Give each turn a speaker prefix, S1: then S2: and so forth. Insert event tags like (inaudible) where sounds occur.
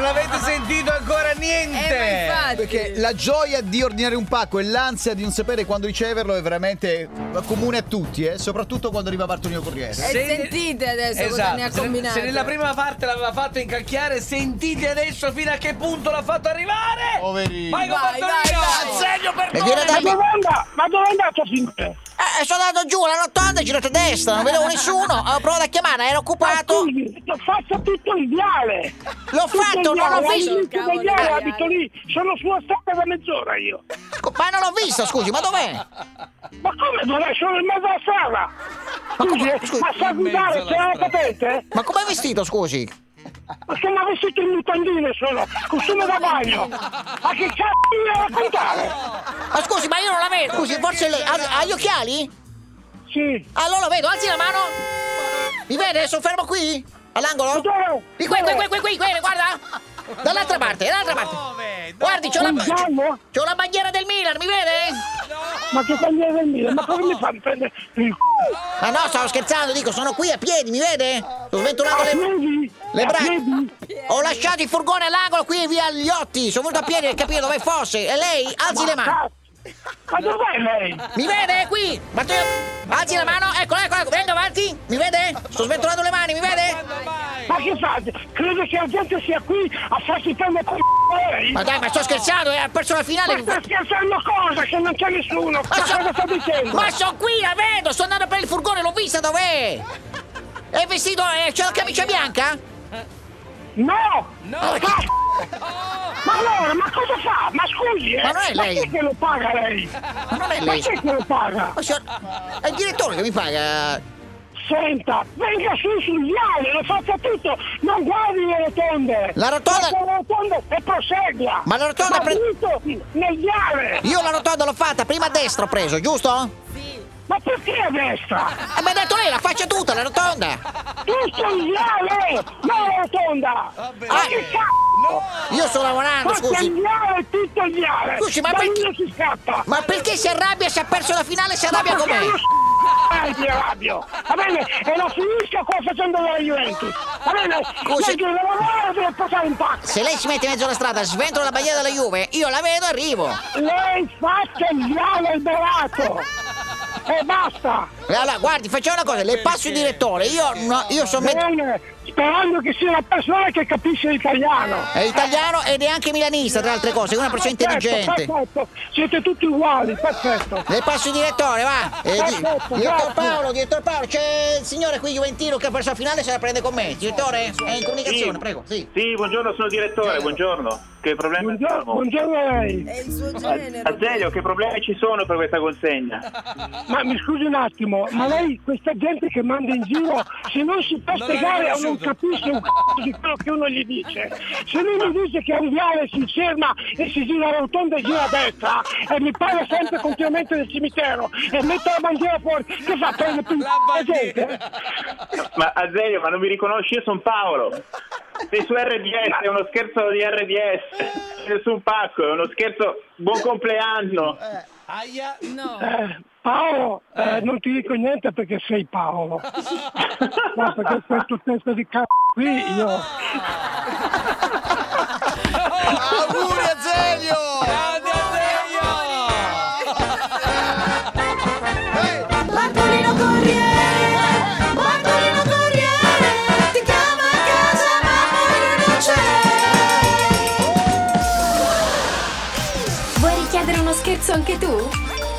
S1: Eh,
S2: perché la gioia di ordinare un pacco e l'ansia di non sapere quando riceverlo è veramente comune a tutti, eh? soprattutto quando arriva Bartolino Corriere.
S1: E Eh, sentite adesso
S3: Esatto.
S1: cosa ne ha
S3: Se-
S1: combinato.
S3: Se nella prima parte l'aveva fatto incalchiare, sentite adesso fino a che punto l'ha fatto arrivare.
S2: Poverino.
S3: Vai con
S1: Vai,
S3: Bartolino,
S1: vai, vai.
S3: assegno per
S4: E viene da
S5: Ma
S4: me.
S5: dove è andato? Ma dove è andato fin te?
S4: Eh, sono andato giù alla rotonda, girato a destra, non vedevo nessuno. Ho provato a chiamare, era occupato.
S5: Scusi, Ah, ho fatto tutto il viale.
S3: Ah,
S4: L'ho fatto, non l'ho visto.
S5: visto.
S1: Cavolo,
S5: Il viale,
S1: viale.
S5: abito lì. Sono sulla strada da mezz'ora io.
S4: Ma non l'ho visto, scusi, ma dov'è?
S5: Ma come non è? Sono in mezzo alla strada. Scusi, eh,
S4: scusi,
S5: ma sa
S3: in mezzo
S5: guidare,
S3: alla
S5: ce la
S3: strada.
S5: potete?
S4: Ma com'è vestito, scusi?
S5: Ma che mi ha vestito in mutandine sono, costume da bagno. Ma che cazzo mi devi raccontare?
S4: Ma scusi, ma io non la vedo. Scusi, forse lei ha, ha gli occhiali?
S5: Sì.
S4: Allora lo vedo, alzi la mano. Mi vede? Sono fermo qui? All'angolo?
S5: Dove?
S4: Oh. Di qui, qui,
S5: Dove?
S4: qui, qui, qui, qui, guarda. Dall'altra parte, dall'altra parte.
S3: Dove?
S4: Guardi, c'ho la,
S5: Un giallo?
S4: c'ho la bandiera del Milan, mi vede?
S5: Ma che tagliere del Milan? Ma come mi fanno prendere il c***o?
S4: Ma no, stavo scherzando, dico, sono qui a piedi, mi vede? Sto sventolando
S5: A
S4: le...
S5: piedi?
S4: le
S5: A
S4: braccia.
S5: piedi?
S4: Ho lasciato il furgone all'angolo qui via Gliotti. Sono venuto a piedi per capire dove fosse. E lei alzi le mani.
S5: Cazzo. Ma dov'è lei?
S4: Mi vede? È qui! Matteo! Alzi la mano! Eccola, eccola! ecco. Venga avanti! Mi vede? Sto sventolando le mani, mi vede?
S5: Ma che fate? Credo che la gente sia qui a farsi prendere con il lei.
S4: Ma dai, ma sto scherzando, è perso la finale!
S5: Ma sta scherzando cosa? Che non c'è nessuno! Ma
S4: so-
S5: cosa sta dicendo?
S4: Ma sono qui, la vedo! Sto andando per il furgone, l'ho vista dov'è! È vestito, eh, c'è la camicia bianca?
S5: No! Ma... ma allora, ma cosa fa? Ma scusi, eh!
S4: Ma non è lei.
S5: chi è che lo paga lei?
S4: Ma non è
S5: Ma
S4: lei!
S5: chi è che lo paga?
S4: Ma Oh, signor... È il direttore che mi paga!
S5: Senta, venga su sul viale, lo faccia tutto! Non guardi le rotonde!
S4: La rotonda-
S5: Guardi le rotonde e prosegua!
S4: Ma la rotonda
S5: Ma
S4: pre-
S5: dritto nel viale!
S4: Io la rotonda l'ho fatta, prima a destra ho preso, giusto?
S5: Ma perché a destra?
S4: E mi ha detto lei, la faccia tutta, la rotonda!
S5: Tutto il viale! Non la rotonda! Ma che cazzo?
S4: Io sto lavorando,
S5: Tutto il
S4: scusi!
S5: viale, tutto il viale!
S4: Scusi, ma
S5: Da
S4: perché-
S5: lì non si scappa!
S4: Ma perché si arrabbia se ha perso la finale si arrabbia con me?
S5: Eh, mi arrabbio! Va bene, e la finisco qua facendo la Juventus! Va bene,
S4: Scusi.
S5: lei deve lavorare deve portare un pacco!
S4: Se lei si mette in mezzo alla strada, sventola la bandiera della Juve, io la vedo e arrivo.
S5: Lei faccia il viale alberato! E basta!
S4: E Allora, guardi, facciamo una cosa, le passo il direttore, io, no, io sono met-
S5: Bene, sperando che sia una persona che capisce l'italiano!
S4: è italiano ed è anche milanista, tra altre cose, è una persona
S5: Certo,
S4: intelligente. Eh.
S5: Perfetto, Ah, perfetto. Siete tutti uguali, perfetto!
S4: Le passo il direttore, va! Eh, di- direttore Paolo, direttore Paolo, c'è il signore qui Juventino che ha perso la finale, se la prende con me. Direttore, è in comunicazione,
S6: Sì.
S4: prego, sì.
S6: Sì, buongiorno, sono direttore, buongiorno. Che problemi
S5: Buongiorno,
S6: abbiamo?
S5: buongiorno a lei!
S1: È il suo genere.
S6: Azeglio, che problemi ci sono per questa consegna?
S4: (laughs)
S5: Ma mi scusi un attimo, ma lei questa gente che manda in giro, se non si fa spiegare o non capisce un c***o di quello che uno gli dice, se lui mi dice che a un viale si ferma e si gira la rotonda e gira a destra e mi parla sempre continuamente del cimitero e mette la bandiera fuori, che fa? Prende più la gente?
S6: Ma Azeglio, ma non mi riconosci? Io sono Paolo. Sei su RDS, è uno scherzo di RDS. Sei su un pacco, è uno scherzo. Buon compleanno.
S3: Aia. (laughs)
S1: No.
S5: Eh, Paolo, eh, non ti dico niente perché sei Paolo. No, perché questo testo di c***o qui io...
S2: Auguri Azeglio!
S3: Grande Azeglio.
S7: Bartolino Corriere, Bartolino Corriere, ti chiama a casa ma poi non c'è.
S8: Vuoi richiedere uno scherzo anche tu?